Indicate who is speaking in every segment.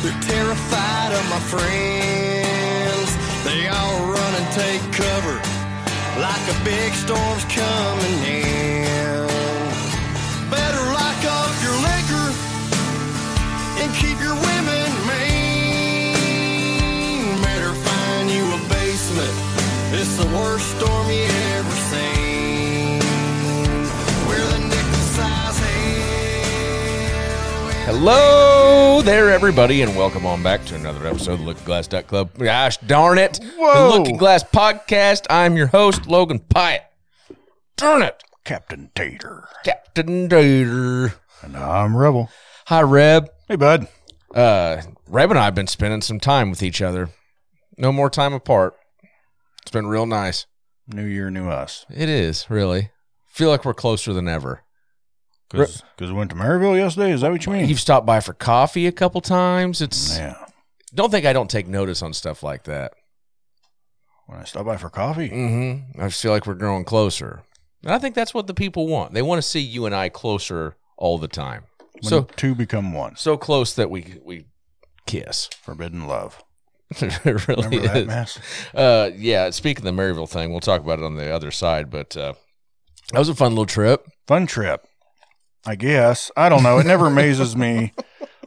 Speaker 1: They're terrified of my friends. They all run and take cover like a big storm's coming in. Better lock up your liquor and keep your women mean. Better find you a basement. It's the worst storm you ever seen. We're the nickel-sized hell.
Speaker 2: Hello there, everybody, and welcome on back to another episode of the Looking Glass Duck Club. Gosh darn it.
Speaker 3: Whoa.
Speaker 2: The Looking Glass Podcast. I'm your host, Logan Pyatt. Darn it.
Speaker 3: Captain Tater.
Speaker 2: Captain Dater.
Speaker 3: And I'm Rebel.
Speaker 2: Hi, Reb.
Speaker 3: Hey, bud.
Speaker 2: Uh, Reb and I have been spending some time with each other. No more time apart. It's been real nice.
Speaker 3: New year, new us.
Speaker 2: It is, really. Feel like we're closer than ever.
Speaker 3: Because we went to Maryville yesterday. Is that what you mean?
Speaker 2: You've stopped by for coffee a couple times. It's
Speaker 3: Yeah.
Speaker 2: don't think I don't take notice on stuff like that.
Speaker 3: When I stopped by for coffee.
Speaker 2: Mm-hmm. I feel like we're growing closer. And I think that's what the people want. They want to see you and I closer all the time.
Speaker 3: When
Speaker 2: so
Speaker 3: two become one.
Speaker 2: so close that we we kiss.
Speaker 3: Forbidden love.
Speaker 2: it really
Speaker 3: Remember that
Speaker 2: is.
Speaker 3: mess?
Speaker 2: Uh, yeah. Speaking of the Maryville thing, we'll talk about it on the other side. But uh, that was a fun little trip.
Speaker 3: Fun trip. I guess. I don't know. It never amazes me.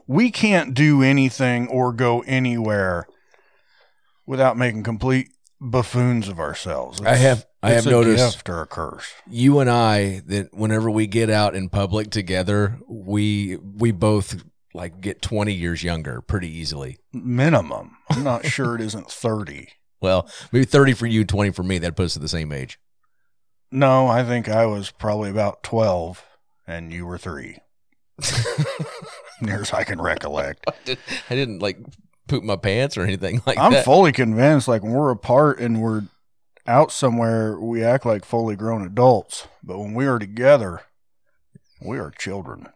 Speaker 3: We can't do anything or go anywhere without making complete buffoons of ourselves.
Speaker 2: I have- I
Speaker 3: it's
Speaker 2: have
Speaker 3: a
Speaker 2: noticed-
Speaker 3: gift or a curse.
Speaker 2: You and I that whenever we get out in public together, we we both like get twenty years younger pretty easily.
Speaker 3: Minimum. I'm not sure it isn't thirty.
Speaker 2: Well, maybe thirty for you, twenty for me. That puts us at the same age.
Speaker 3: No, I think I was probably about 12 and you were three, near as I can recollect.
Speaker 2: did- I didn't like poop my pants or anything like
Speaker 3: I'm
Speaker 2: that.
Speaker 3: fully convinced, like, when we're apart and we're out somewhere, we act like fully grown adults. But when we are together, we are children,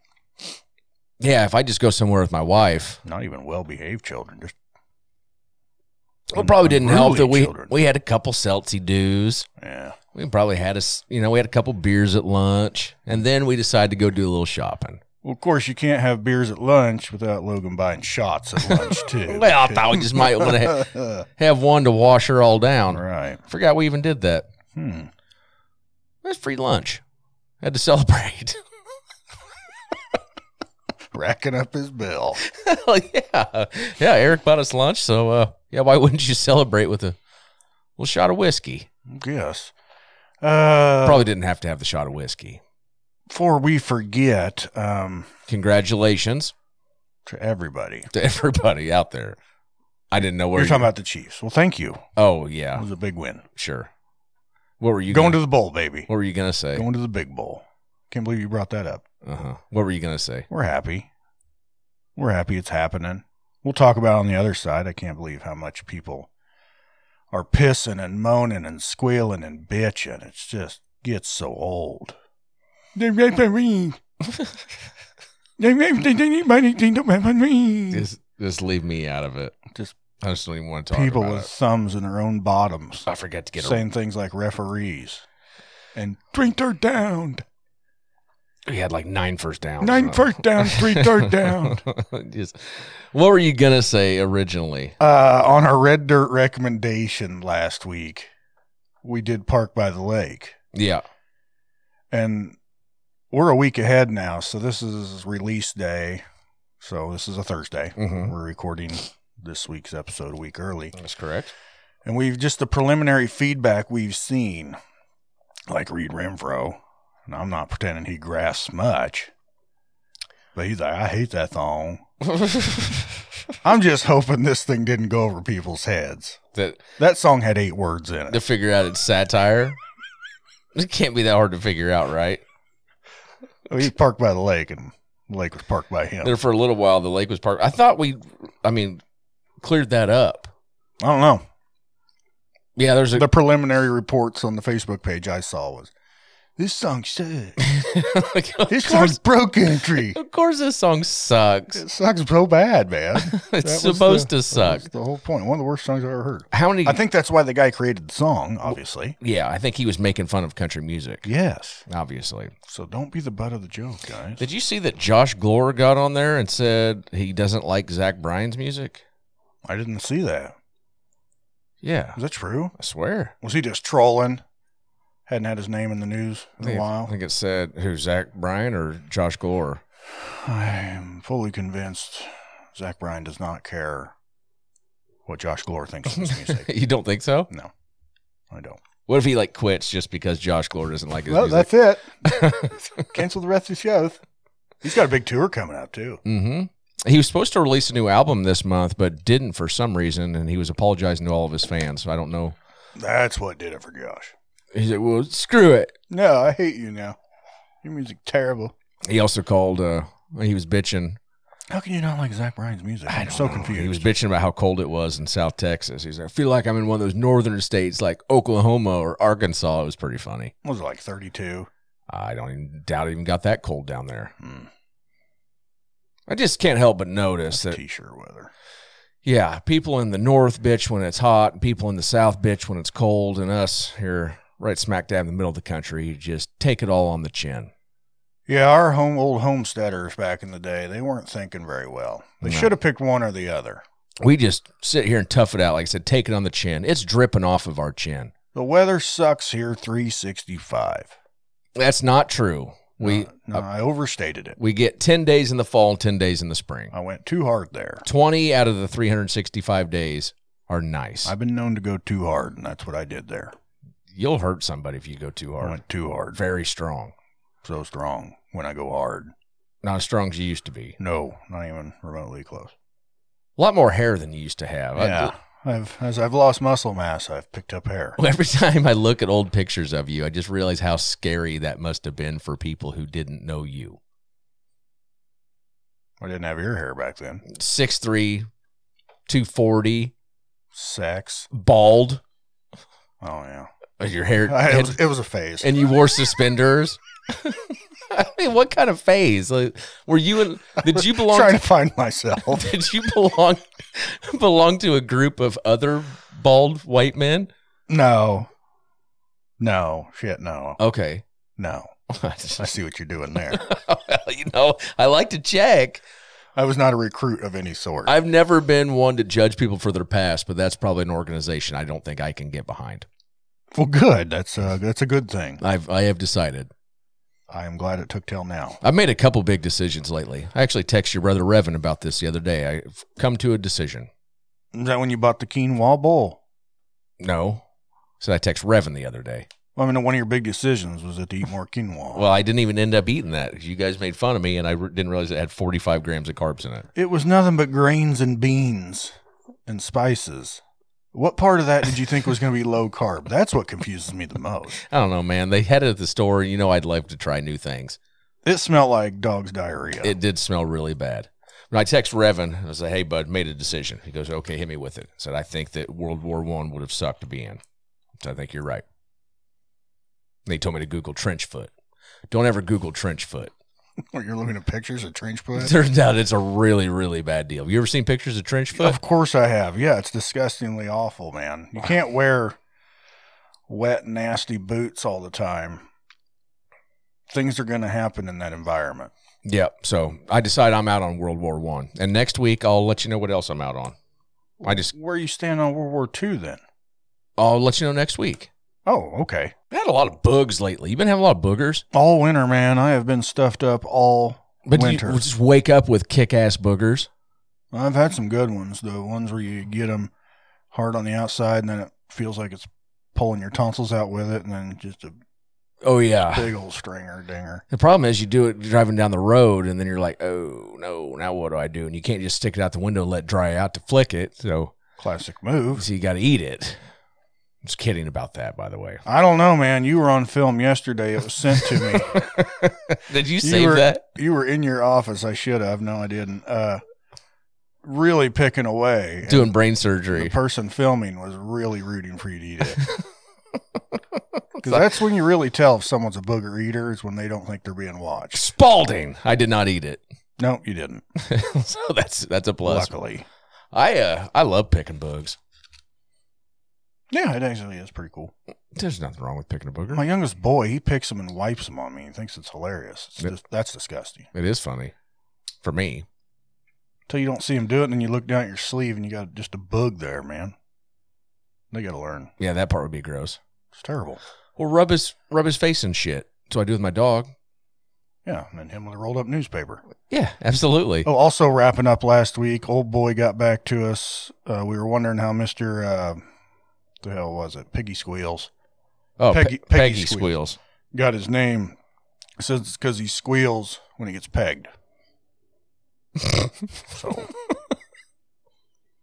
Speaker 2: Yeah, if I just go somewhere with my wife,
Speaker 3: not even well behaved children. Just,
Speaker 2: well, it probably didn't help that
Speaker 3: Unruly
Speaker 2: we
Speaker 3: children.
Speaker 2: we had a couple seltzy doos.
Speaker 3: yeah.
Speaker 2: We probably had a s- you know we had a couple beers at lunch, and then we decided to go do a little shopping.
Speaker 3: Well, of course, you can't have beers at lunch without Logan buying shots at lunch, too.
Speaker 2: Well, I thought we just might want to ha- have one to wash her all down.
Speaker 3: right.
Speaker 2: Forgot we even did that.
Speaker 3: Hmm.
Speaker 2: It was free lunch. Had to celebrate.
Speaker 3: Racking up his bill.
Speaker 2: Hell yeah, yeah. Eric bought us lunch, so uh, yeah. Why wouldn't you celebrate with a little shot of whiskey?
Speaker 3: Yes. Uh,
Speaker 2: Probably didn't have to have the shot of whiskey.
Speaker 3: before we forget, um,
Speaker 2: Congratulations.
Speaker 3: to everybody,
Speaker 2: to everybody out there. I didn't know where
Speaker 3: you're talking
Speaker 2: you-
Speaker 3: about the Chiefs. Well, thank you.
Speaker 2: Oh
Speaker 3: That
Speaker 2: yeah,
Speaker 3: was a big win.
Speaker 2: sure. What were you
Speaker 3: going
Speaker 2: gonna,
Speaker 3: to the bowl, baby.
Speaker 2: What were you gonna say?
Speaker 3: Going to the big bowl. Can't believe you brought that up.
Speaker 2: Uh-huh. What were you gonna say?
Speaker 3: We're happy. We're happy it's happening. We'll talk about it on the other side. I can't believe how much people are pissing and moaning and squealing and bitching. It's just gets so old. They referee. They referee.
Speaker 2: Just just leave me out of it.
Speaker 3: Just
Speaker 2: I just don't even want to talk
Speaker 3: people
Speaker 2: about
Speaker 3: with thumbs in their own bottoms.
Speaker 2: it. I forgot to get a,
Speaker 3: saying things like referees and three third down,
Speaker 2: we had like nine first downs.
Speaker 3: nine first down, three third down.
Speaker 2: just, what were you gonna say originally?
Speaker 3: Uh, on our red dirt recommendation last week, we did park by the lake,
Speaker 2: Yeah.
Speaker 3: and we're a week ahead now, so this is release day. So this is a Thursday.
Speaker 2: Mm-hmm.
Speaker 3: We're recording this week's episode a week early.
Speaker 2: That's correct.
Speaker 3: And we've just the preliminary feedback we've seen, like Reed Renfro, and I'm not pretending he grasps much, but he's like, I hate that thong. I'm just hoping this thing didn't go over people's heads.
Speaker 2: that
Speaker 3: That song had eight words in
Speaker 2: to
Speaker 3: it.
Speaker 2: figure out it's satire. It can't be that hard to figure out, right?
Speaker 3: He was parked by the lake, and the lake was parked by him.
Speaker 2: there for a little while. The lake was parked. I thought we, I mean, cleared that up?
Speaker 3: I don't know.
Speaker 2: Yeah, there's a
Speaker 3: The preliminary reports on the Facebook page I saw was this song sucks.
Speaker 2: Like, of,
Speaker 3: This
Speaker 2: course,
Speaker 3: song's bro country.
Speaker 2: of course this song sucks.
Speaker 3: It sucks so bad, man. That
Speaker 2: It's
Speaker 3: was
Speaker 2: supposed
Speaker 3: the-
Speaker 2: to
Speaker 3: that
Speaker 2: suck.
Speaker 3: was the whole point. One of the worst songs I've ever heard.
Speaker 2: How many
Speaker 3: I think that's why the guy created the song, obviously.
Speaker 2: Yeah, I think he was making fun of country music.
Speaker 3: Yes.
Speaker 2: Obviously.
Speaker 3: So don't be the butt of the joke, guys.
Speaker 2: Did you see that Josh Glore got on there and said he doesn't like Zach Bryan's music?
Speaker 3: I didn't see that.
Speaker 2: Yeah.
Speaker 3: Is that true?
Speaker 2: I swear.
Speaker 3: Was he just trolling? Hadn't had his name in the news
Speaker 2: I
Speaker 3: in a
Speaker 2: think, I
Speaker 3: while.
Speaker 2: think it said who Zach Bryan or Josh Glore.
Speaker 3: I'm fully convinced Zach Bryan does not care what Josh Glore thinks of his music.
Speaker 2: you don't think so?
Speaker 3: No, I don't.
Speaker 2: What if he like quits just because Josh Glore doesn't like his
Speaker 3: Well,
Speaker 2: music?
Speaker 3: that's it. Cancel the rest of the shows. He's got a big tour coming up, too.
Speaker 2: hmm He was supposed to release a new album this month, but didn't for some reason, and he was apologizing to all of his fans. So I don't know.
Speaker 3: That's what did it for Josh.
Speaker 2: He said, "Well, screw it."
Speaker 3: No, I hate you now. Your music terrible.
Speaker 2: He also called. uh He was bitching.
Speaker 3: How can you not like Zach Bryan's music? I'm so confused.
Speaker 2: He was bitching about how cold it was in South Texas. He's like, "I feel like I'm in one of those northern states, like Oklahoma or Arkansas." It was pretty funny.
Speaker 3: What was it like 32?
Speaker 2: I don't even doubt it even got that cold down there.
Speaker 3: Hmm.
Speaker 2: I just can't help but notice that
Speaker 3: T-shirt weather.
Speaker 2: Yeah, people in the north bitch when it's hot, and people in the south bitch when it's cold, and us here right smack dab in the middle of the country you just take it all on the chin.
Speaker 3: Yeah, our home old homesteaders back in the day, they weren't thinking very well. They
Speaker 2: No.
Speaker 3: should have picked one or the other.
Speaker 2: We just sit here and tough it out. Like I said, take it on the chin. It's dripping off of our chin.
Speaker 3: The weather sucks here 365.
Speaker 2: That's not true. We
Speaker 3: Uh, no, I overstated it.
Speaker 2: we get 10 days in the fall and 10 days in the spring.
Speaker 3: I went too hard there.
Speaker 2: 20 out of the 365 days are nice.
Speaker 3: I've been known to go too hard, and that's what I did there.
Speaker 2: You'll hurt somebody if you go too
Speaker 3: I
Speaker 2: hard.
Speaker 3: went too hard.
Speaker 2: Very strong.
Speaker 3: So strong when I go hard.
Speaker 2: Not as strong as you used to be.
Speaker 3: No, not even remotely close.
Speaker 2: A lot more hair than you used to have. I-
Speaker 3: Yeah. I've, as I've lost muscle mass, I've picked up hair.
Speaker 2: Well, every time I look at old pictures of you, I just realize how scary that must have been for people who didn't know you.
Speaker 3: I didn't have your hair back then.
Speaker 2: 6'3, 240,
Speaker 3: Sex.
Speaker 2: bald,
Speaker 3: Oh, yeah.
Speaker 2: your hair,
Speaker 3: I- it, was,
Speaker 2: and,
Speaker 3: it was a phase.
Speaker 2: and you wore suspenders. I mean, what kind of phase? Like, were you in, did you belong,
Speaker 3: Trying to find myself.
Speaker 2: did you belong, belong to a group of other bald white men?
Speaker 3: No. No. Shit, no.
Speaker 2: Okay.
Speaker 3: No. I see what you're doing there.
Speaker 2: Well, you know, I like to check.
Speaker 3: I was not a recruit of any sort.
Speaker 2: I've never been one to judge people for their past, but that's probably an organization I don't think I can get behind.
Speaker 3: well, good. That's uh, that's a good thing.
Speaker 2: I've I have decided.
Speaker 3: I am glad it took till now.
Speaker 2: I've made a couple big decisions lately. I actually texted your brother Revan about this the other day. I've come to a decision.
Speaker 3: Is that when you bought the quinoa bowl?
Speaker 2: No. So I text Revan the other day.
Speaker 3: Well, I mean, one of your big decisions was that to eat more quinoa.
Speaker 2: Well, I didn't even end up eating that. You guys made fun of me, and I re- didn't realize it had 45 grams of carbs in it.
Speaker 3: it was nothing but grains and beans and spices. What part of that did you think was going to be low carb? That's what confuses me the most.
Speaker 2: I don't know, man. They had it at the store. You know, I'd love to try new things.
Speaker 3: It smelled like dog's diarrhea.
Speaker 2: It did smell really bad. When I text Revan, I was like, "Hey, bud, made a decision." He goes, "Okay, hit me with it." I said, "I think that World War One would have sucked to be in." So I think you're right. And he told me to Google trench foot. Don't ever Google trench foot.
Speaker 3: You're looking at pictures of trench foot.
Speaker 2: Turns out it's a really, really bad deal. You ever seen pictures of trench foot?
Speaker 3: Of course I have. Yeah, it's disgustingly awful, man. You can't wear wet, nasty boots all the time. Things are going to happen in that environment.
Speaker 2: Yep. So I decide I'm out on World War One, and next week I'll let you know what else I'm out on. I just
Speaker 3: Where you stand on World War II then?
Speaker 2: I'll let you know next week.
Speaker 3: Oh, okay.
Speaker 2: I had a lot of bugs lately. You've been having a lot of boogers.
Speaker 3: All winter, man. I have been stuffed up all
Speaker 2: But do you
Speaker 3: winter.
Speaker 2: just wake up with kick-ass boogers.
Speaker 3: I've had some good ones, though. Ones where you get them hard on the outside and then it feels like it's pulling your tonsils out with it and then just a
Speaker 2: Oh yeah.
Speaker 3: big old stringer dinger.
Speaker 2: The problem is you do it driving down the road and then you're like, oh no, now what do I do? And you can't just stick it out the window and let it dry out to flick it. So,
Speaker 3: Classic move.
Speaker 2: so you got to eat it. I'm just kidding about that, by the way.
Speaker 3: I don't know, man. You were on film yesterday. It was sent to me.
Speaker 2: Did you,
Speaker 3: You
Speaker 2: save
Speaker 3: were-
Speaker 2: that?
Speaker 3: you were in your office. I should have. No, I didn't. Uh, really picking away. and
Speaker 2: doing brain
Speaker 3: the
Speaker 2: surgery.
Speaker 3: person filming was really rooting for you to eat it. Because that's when you really tell if someone's a booger eater is when they don't think they're being watched.
Speaker 2: Spalding. I did not eat it,
Speaker 3: No, you didn't.
Speaker 2: so that's that's a plus.
Speaker 3: Luckily.
Speaker 2: I uh I love picking bugs.
Speaker 3: Yeah, it actually is pretty cool.
Speaker 2: There's nothing wrong with picking a booger.
Speaker 3: My youngest boy, he picks them and wipes them on me. He thinks it's hilarious. It's
Speaker 2: Yep.
Speaker 3: just, that's disgusting.
Speaker 2: It is funny for me.
Speaker 3: Till you don't see him do it, and then you look down at your sleeve and you got just a bug there, man. They got to learn.
Speaker 2: Yeah, that part would be gross.
Speaker 3: It's terrible.
Speaker 2: Well, rub his rub his face and shit. So I do with my dog.
Speaker 3: Yeah, and then him with a rolled up newspaper.
Speaker 2: Yeah, absolutely.
Speaker 3: Oh, also wrapping up last week, old boy got back to us. Uh, we were wondering how Mister, uh, the hell was it, Piggy Squeals,
Speaker 2: Oh, Pe-
Speaker 3: Peggy-
Speaker 2: Peggy,
Speaker 3: Peggy
Speaker 2: squeals.
Speaker 3: got his name. It says it's because he squeals when he gets pegged.
Speaker 2: Oh.
Speaker 3: so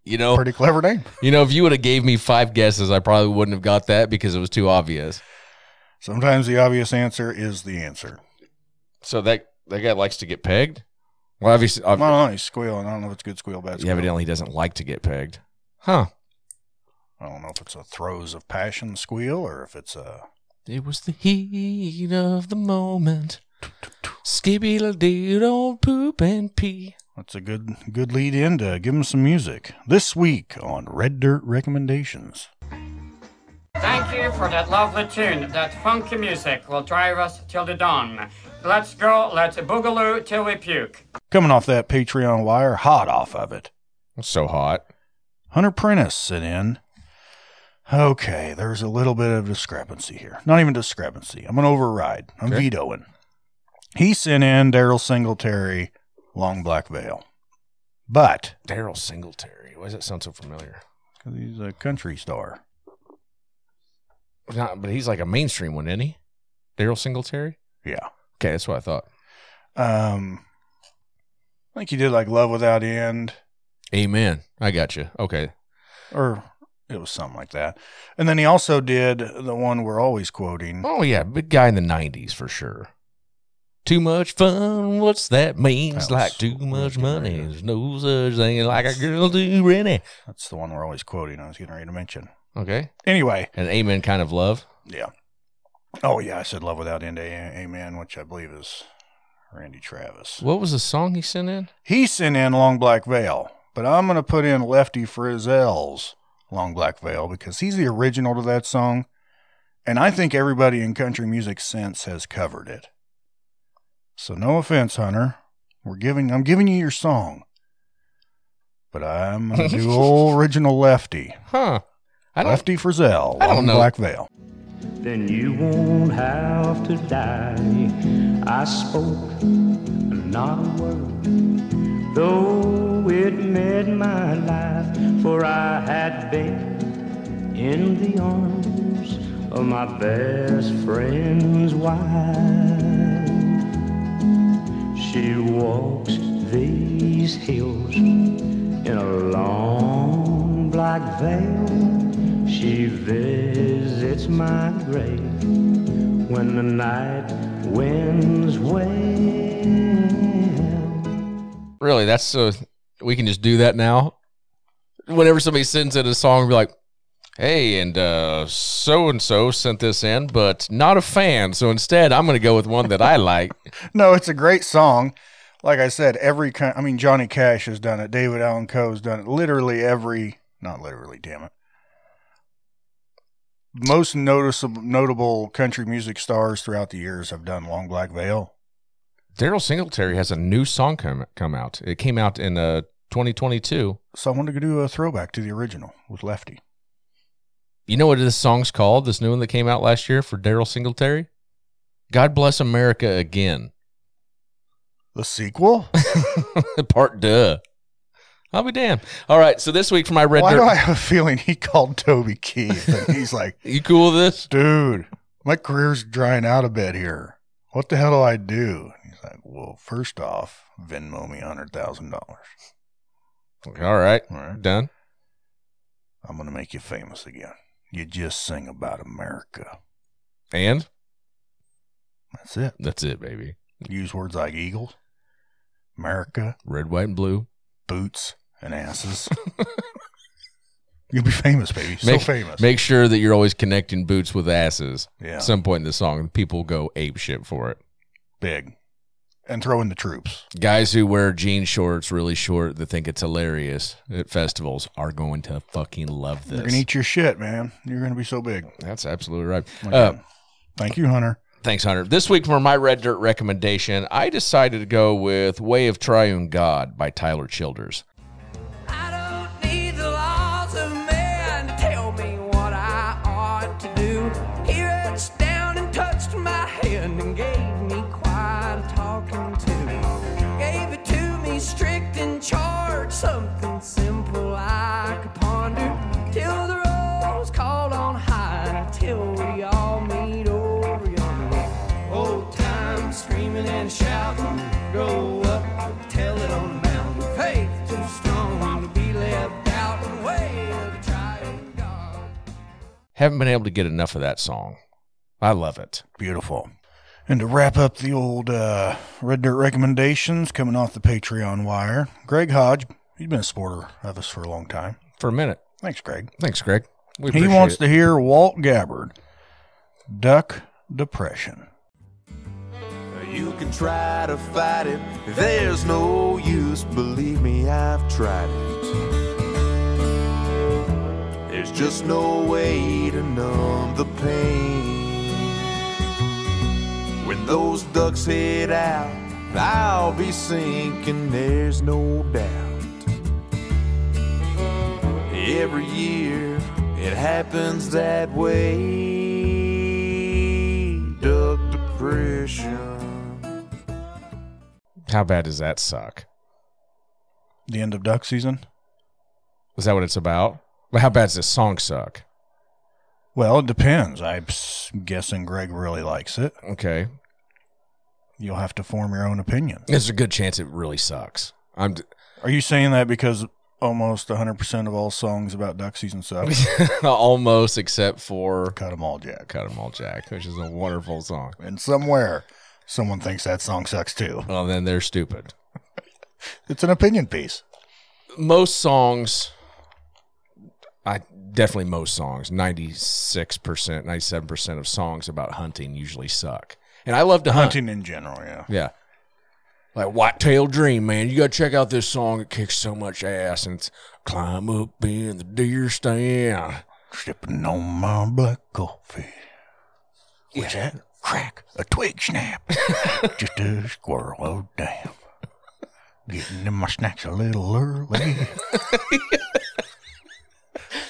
Speaker 2: You know,
Speaker 3: pretty clever name.
Speaker 2: you know, if you would have gave me five guesses, I probably wouldn't have got that because it was too obvious.
Speaker 3: Sometimes the obvious answer is the answer.
Speaker 2: So that that guy likes to get pegged. Well, obviously,
Speaker 3: I
Speaker 2: obviously
Speaker 3: don't know. He's squealing. I don't know if it's good squeal, bad squeal.
Speaker 2: evidently, he doesn't like to get pegged, huh?
Speaker 3: I don't know if it's a throes of passion squeal or if it's a
Speaker 2: It was the heat of the moment. Skippy did old poop and pee.
Speaker 3: that's a good good lead in to give him some music this week on Red Dirt recommendations.
Speaker 4: Thank you for that lovely tune. That funky music will drive us till the dawn. Let's go, let's boogaloo till we puke.
Speaker 3: Coming off that Patreon wire, hot off of it.
Speaker 2: That's so hot.
Speaker 3: Hunter Prentice sent in. Okay, there's a little bit of discrepancy here. Not even discrepancy. I'm gonna override. I'm
Speaker 2: Okay.
Speaker 3: vetoing. He sent in Daryl Singletary, Long Black Veil, but
Speaker 2: Daryl Singletary. Why does that sound so familiar?
Speaker 3: because he's a country star.
Speaker 2: Not, but he's like a mainstream one, isn't he? Daryl Singletary.
Speaker 3: Yeah.
Speaker 2: Okay, that's what I thought.
Speaker 3: Um, I think he did like Love Without End,
Speaker 2: Amen. I got you. Okay.
Speaker 3: or it was something like that. And then he also did the one we're always quoting.
Speaker 2: Oh yeah, big guy in the '90s for sure. Too much fun. What's that means?
Speaker 3: That was
Speaker 2: like too much
Speaker 3: really
Speaker 2: money.
Speaker 3: random.
Speaker 2: There's no such thing like a girl too ready.
Speaker 3: That's the one we're always quoting. I was getting ready to mention.
Speaker 2: Okay.
Speaker 3: Anyway,
Speaker 2: An amen kind of love.
Speaker 3: yeah. Oh yeah, I said Love Without End, a- Amen, which I believe is Randy Travis.
Speaker 2: What was the song he sent in?
Speaker 3: He sent in Long Black Veil, but I'm gonna put in Lefty Frizzell's Long Black Veil because he's the original to that song, and I think everybody in country music since has covered it. So no offense, Hunter. We're giving I'm giving you your song. But I'm gonna do old original Lefty.
Speaker 2: Huh. I don't.
Speaker 3: Lefty Frizzell,
Speaker 2: I don't
Speaker 3: Long
Speaker 2: know.
Speaker 3: Black Veil.
Speaker 5: then you won't have to die. I spoke not a word, though it made my life, for I had been in the arms of my best friend's wife. She walks these hills in a long black veil, she visits my grave when the night winds wail.
Speaker 2: Really, that's so we can just do that now. Whenever somebody sends in a song, be like, "Hey, and uh so and so sent this in, but not a fan. So instead, I'm going to go with one that I like."
Speaker 3: No, it's a great song. Like I said, every kind. I mean, Johnny Cash has done it. David Allen Coe's done it. Literally every, not literally, damn it. Most noticeable, notable country music stars throughout the years have done "Long Black Veil."
Speaker 2: Daryl Singletary has a new song come come out. It came out in uh 2022.
Speaker 3: So I wanted to do a throwback to the original with Lefty.
Speaker 2: You know what this song's called? This new one that came out last year for Daryl Singletary. God bless America again.
Speaker 3: The sequel?
Speaker 2: Part duh. I'll be damned. All right, so this week for my red
Speaker 3: Why
Speaker 2: dirt,
Speaker 3: do I have a feeling he called Toby Keith and he's like,
Speaker 2: you cool with this?
Speaker 3: "Dude, my career's drying out a bit here. What the hell do I do?" And he's like, "Well, first off, Venmo me hundred thousand dollars."
Speaker 2: All right,
Speaker 3: All right.
Speaker 2: done.
Speaker 3: I'm going to make you famous again. You just sing about America.
Speaker 2: And
Speaker 3: That's it.
Speaker 2: That's it, baby.
Speaker 3: Use words like eagles, America,
Speaker 2: Red, white, and blue.
Speaker 3: boots, and asses. You'll be famous, baby. So
Speaker 2: make,
Speaker 3: famous.
Speaker 2: Make sure that you're always connecting boots with asses.
Speaker 3: Yeah.
Speaker 2: At some point in the song, people go ape shit for it.
Speaker 3: Big. And throw in the troops.
Speaker 2: Guys who wear jean shorts really short that think it's hilarious at festivals are going to fucking love
Speaker 3: You're gonna
Speaker 2: this.
Speaker 3: eat your shit, man. You're gonna be so big.
Speaker 2: That's absolutely right.
Speaker 3: Like,
Speaker 2: Uh,
Speaker 3: Thank you, Hunter.
Speaker 2: Thanks, Hunter. This week for my Red Dirt recommendation, I decided to go with Way of Triune God by Tyler Childers.
Speaker 6: I don't need the laws of man to tell me what I ought to do. He reached down and touched my hand and gave me quite a talking to. Gave it to me strict and charged, something simple I could ponder. Till the rolls called on high, till we all meet over yonder. Old time screaming and shouting, grow up, tell it on the mountain. Faith too strong to be left out and way of the trying God.
Speaker 2: Haven't been able to get enough of that song. I love it.
Speaker 3: Beautiful. And to wrap up the old uh, Red Dirt recommendations coming off the Patreon wire, Greg Hodge, he's been a supporter of us for a long time.
Speaker 2: For a minute.
Speaker 3: Thanks, Greg.
Speaker 2: Thanks, Greg. We
Speaker 3: He
Speaker 2: appreciate
Speaker 3: wants
Speaker 2: it.
Speaker 3: to hear Walt Gabbard, Duck Depression.
Speaker 1: You can try to fight it. There's no use, believe me, I've tried it. There's just no way to numb the pain. When those ducks head out, I'll be sinking, there's no doubt. Every year it happens that way. Duck depression.
Speaker 2: How bad does that suck?
Speaker 3: The end of duck season.
Speaker 2: Is that what it's about? Well, how bad does this song suck?
Speaker 3: Well, it depends. I'm s- guessing Greg really likes it.
Speaker 2: Okay.
Speaker 3: You'll have to form your own opinion.
Speaker 2: There's a good chance it really sucks. I'm d-
Speaker 3: Are you saying that because almost 100% of all songs about duck season suck?
Speaker 2: almost except for
Speaker 3: Cut them all, Jack.
Speaker 2: Cut 'em all Jack, which is a wonderful song.
Speaker 3: And somewhere, someone thinks that song sucks too.
Speaker 2: Well, then they're stupid.
Speaker 3: It's an opinion piece.
Speaker 2: most songs I definitely most songs, 96%, 97% of songs about hunting usually suck. And I love to hunt.
Speaker 3: Hunting in general, yeah.
Speaker 2: Yeah. Like White Tail Dream, man. You got to check out this song. It kicks so much ass. And it's Climb Up in the Deer Stand.
Speaker 3: Tripping on my black coffee. What's that? Crack. A twig snap. Just a squirrel. Oh, damn. Getting in my snacks a little early.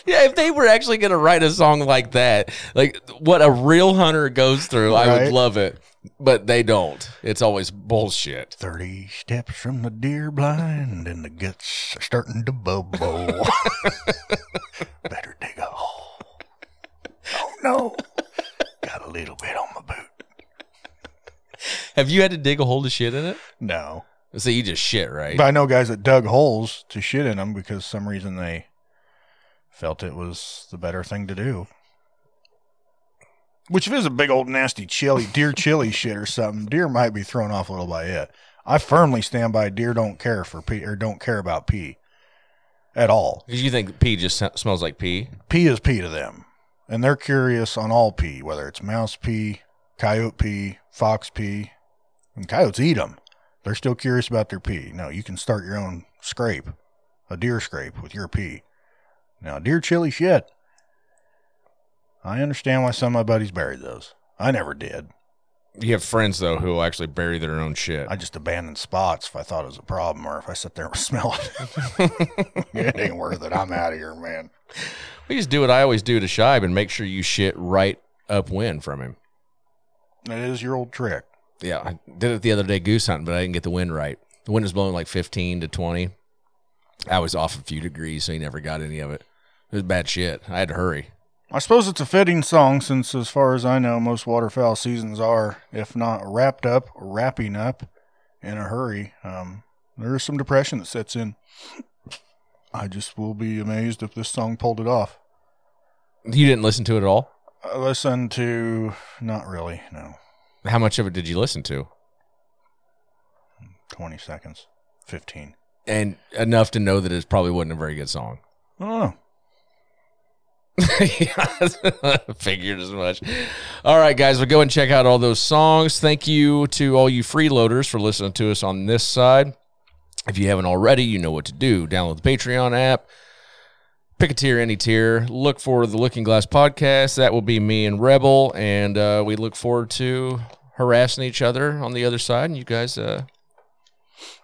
Speaker 2: Yeah, if they were actually going to write a song like that, like what a real hunter goes through, I
Speaker 3: Right.
Speaker 2: would love it. But they don't. It's always bullshit.
Speaker 3: 30 steps from the deer blind and the guts are starting to bubble. Better dig a hole. Oh, no. Got a little bit on my boot.
Speaker 2: Have you had to dig a hole to shit in it?
Speaker 3: No.
Speaker 2: So you just shit, right?
Speaker 3: But I know guys that dug holes to shit in them because some reason they felt it was the better thing to do. Which if it was a big old nasty chili, deer chili shit or something, deer might be thrown off a little by it. I firmly stand by deer don't care for pee or don't care about pee at all.
Speaker 2: Because you think pee just sm- smells like pee.
Speaker 3: Pee is pee to them, and they're curious on all pee, whether it's mouse pee, coyote pee, fox pee, and coyotes eat them. They're still curious about their pee. No, you can start your own scrape, a deer scrape with your pee. Now, deer chili shit. I understand why some of my buddies buried those. I never did.
Speaker 2: You have friends though who will actually bury their own shit.
Speaker 3: I just abandoned spots if I thought it was a problem or if I sat there and smelled it. it ain't worth it. I'm out of here, man.
Speaker 2: we just do what I always do to Shibe and make sure you shit right upwind from him.
Speaker 3: That is your old trick.
Speaker 2: Yeah, I did it the other day goose hunting, but I didn't get the wind right. The wind was blowing like fifteen to twenty. I was off a few degrees, so he never got any of it. It was bad shit. I had to hurry.
Speaker 3: I suppose it's a fitting song since, as far as I know, most waterfowl seasons are, if not wrapped up, wrapping up in a hurry. Um, there is some depression that sets in. I just will be amazed if this song pulled it off.
Speaker 2: You didn't listen to it at all.
Speaker 3: I listened to, not really, no,
Speaker 2: How much of it did you listen to?
Speaker 3: 20 seconds, 15.
Speaker 2: and enough to know that it probably wasn't a very good song.
Speaker 3: I don't know.
Speaker 2: Yeah, figured as much. All right, guys, well, go and check out all those songs. Thank you to all you freeloaders for listening to us on this side. If you haven't already, you know what to do. Download the Patreon app, pick a tier, any tier. Look for the Looking Glass podcast. That will be me and Rebel, and uh, we look forward to harassing each other on the other side. And you guys, uh,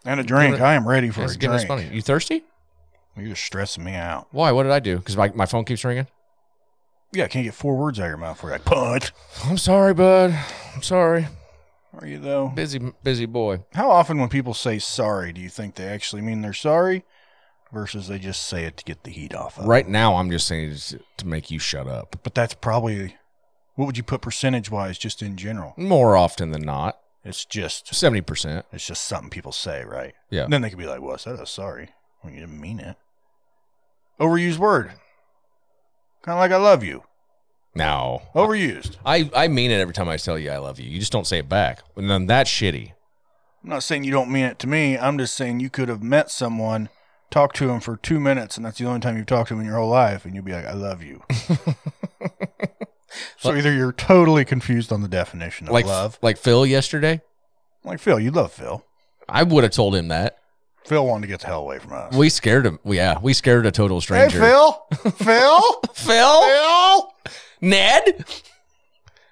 Speaker 3: And a drink. I am ready for
Speaker 2: guys
Speaker 3: a
Speaker 2: giving us money.
Speaker 3: drink.
Speaker 2: You thirsty?
Speaker 3: You're stressing me out.
Speaker 2: Why? What did I do? Because my, my phone keeps ringing.
Speaker 3: Yeah, I can't get four words out of your mouth. We're like, punt.
Speaker 2: I'm sorry, bud. I'm sorry.
Speaker 3: Are you though?
Speaker 2: Busy, busy boy.
Speaker 3: How often when people say sorry, do you think they actually mean they're sorry versus they just say it to get the heat off of?
Speaker 2: Right now, I'm just saying it's to make you shut up.
Speaker 3: But that's probably what would you put percentage wise just in general?
Speaker 2: More often than not,
Speaker 3: It's just
Speaker 2: seventy percent.
Speaker 3: it's just something people say, right?
Speaker 2: Yeah.
Speaker 3: then they could be like, Well, I said I was sorry. Well, you didn't mean it. Overused word. Kinda like I love you.
Speaker 2: No,
Speaker 3: Overused.
Speaker 2: I I mean it every time I tell you I love you. You just don't say it back, and then that's shitty.
Speaker 3: I'm not saying you don't mean it to me. I'm just saying you could have met someone, talked to him for two minutes, and that's the only time you've talked to him in your whole life, and you'd be like, I love you. so either you're totally confused on the definition of
Speaker 2: Like
Speaker 3: love.
Speaker 2: like Phil yesterday,
Speaker 3: Like Phil, you love Phil.
Speaker 2: I would have told him that.
Speaker 3: Phil wanted to get the hell away from us.
Speaker 2: We scared him. Yeah, we scared a total
Speaker 3: hey,
Speaker 2: stranger.
Speaker 3: Phil! Phil!
Speaker 2: Phil,
Speaker 3: Phil!
Speaker 2: Ned.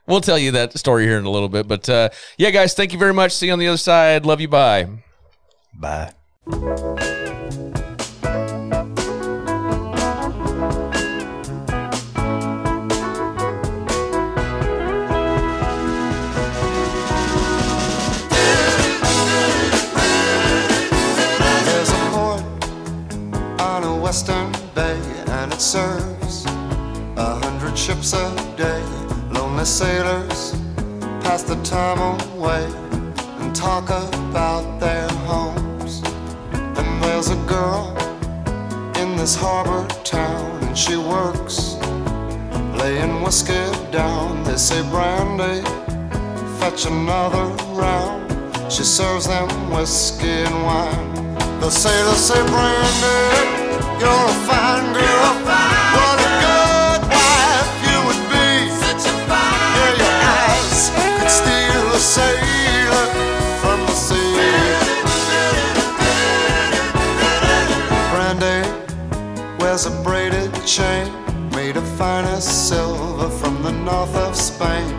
Speaker 2: We'll tell you that story here in a little bit, but uh, yeah, guys, thank you very much. See you on the other side. Love you. Bye.
Speaker 3: Bye.
Speaker 1: There's a port on a western bay, and it serves a hundred ships a day. Lonely sailors pass the time away and talk about their homes. And there's a girl in this harbor town, and she works laying whiskey down. They say brandy, fetch another round. She serves them whiskey and wine. The sailors say, Brandy, you're a fine girl. What a good wife you would be. Such a fine Yeah, your eyes could steal a sailor from the sea. Brandy wears a braided chain made of finest silver from the north of Spain.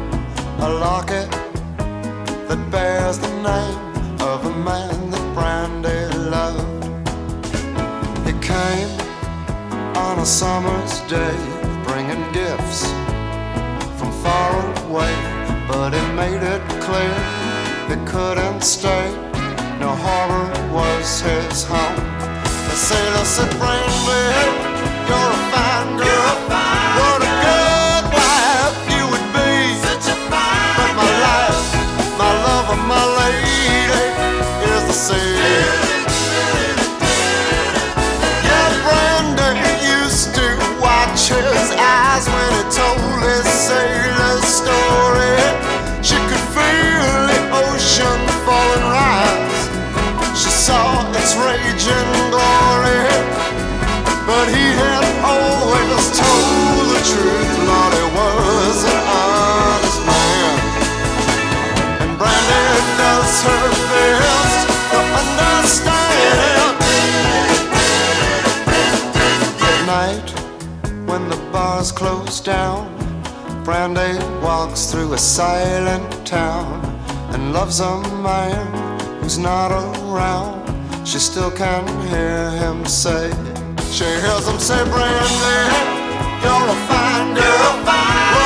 Speaker 1: A locket that bears the name of a man that Brandy loved. He came on a summer's day, bringing gifts from far away, but he made it clear he couldn't stay. No harbor was his home. The sailor said, Brandy, you're a fine girl. What a good wife you would be. But my life, my love, and my lady is the sea. Yeah, Brandon used to watch his eyes when he told his sailor story. She could feel the ocean fall and rise. She saw its raging glory. But he had always told the truth, Lord, he was an honest man. And Brandy does her best to understand. At night, when the bars close down, Brandy walks through a silent town and loves a man who's not around. She still can hear him say, She hears him say, Brandy, you're a fine girl. What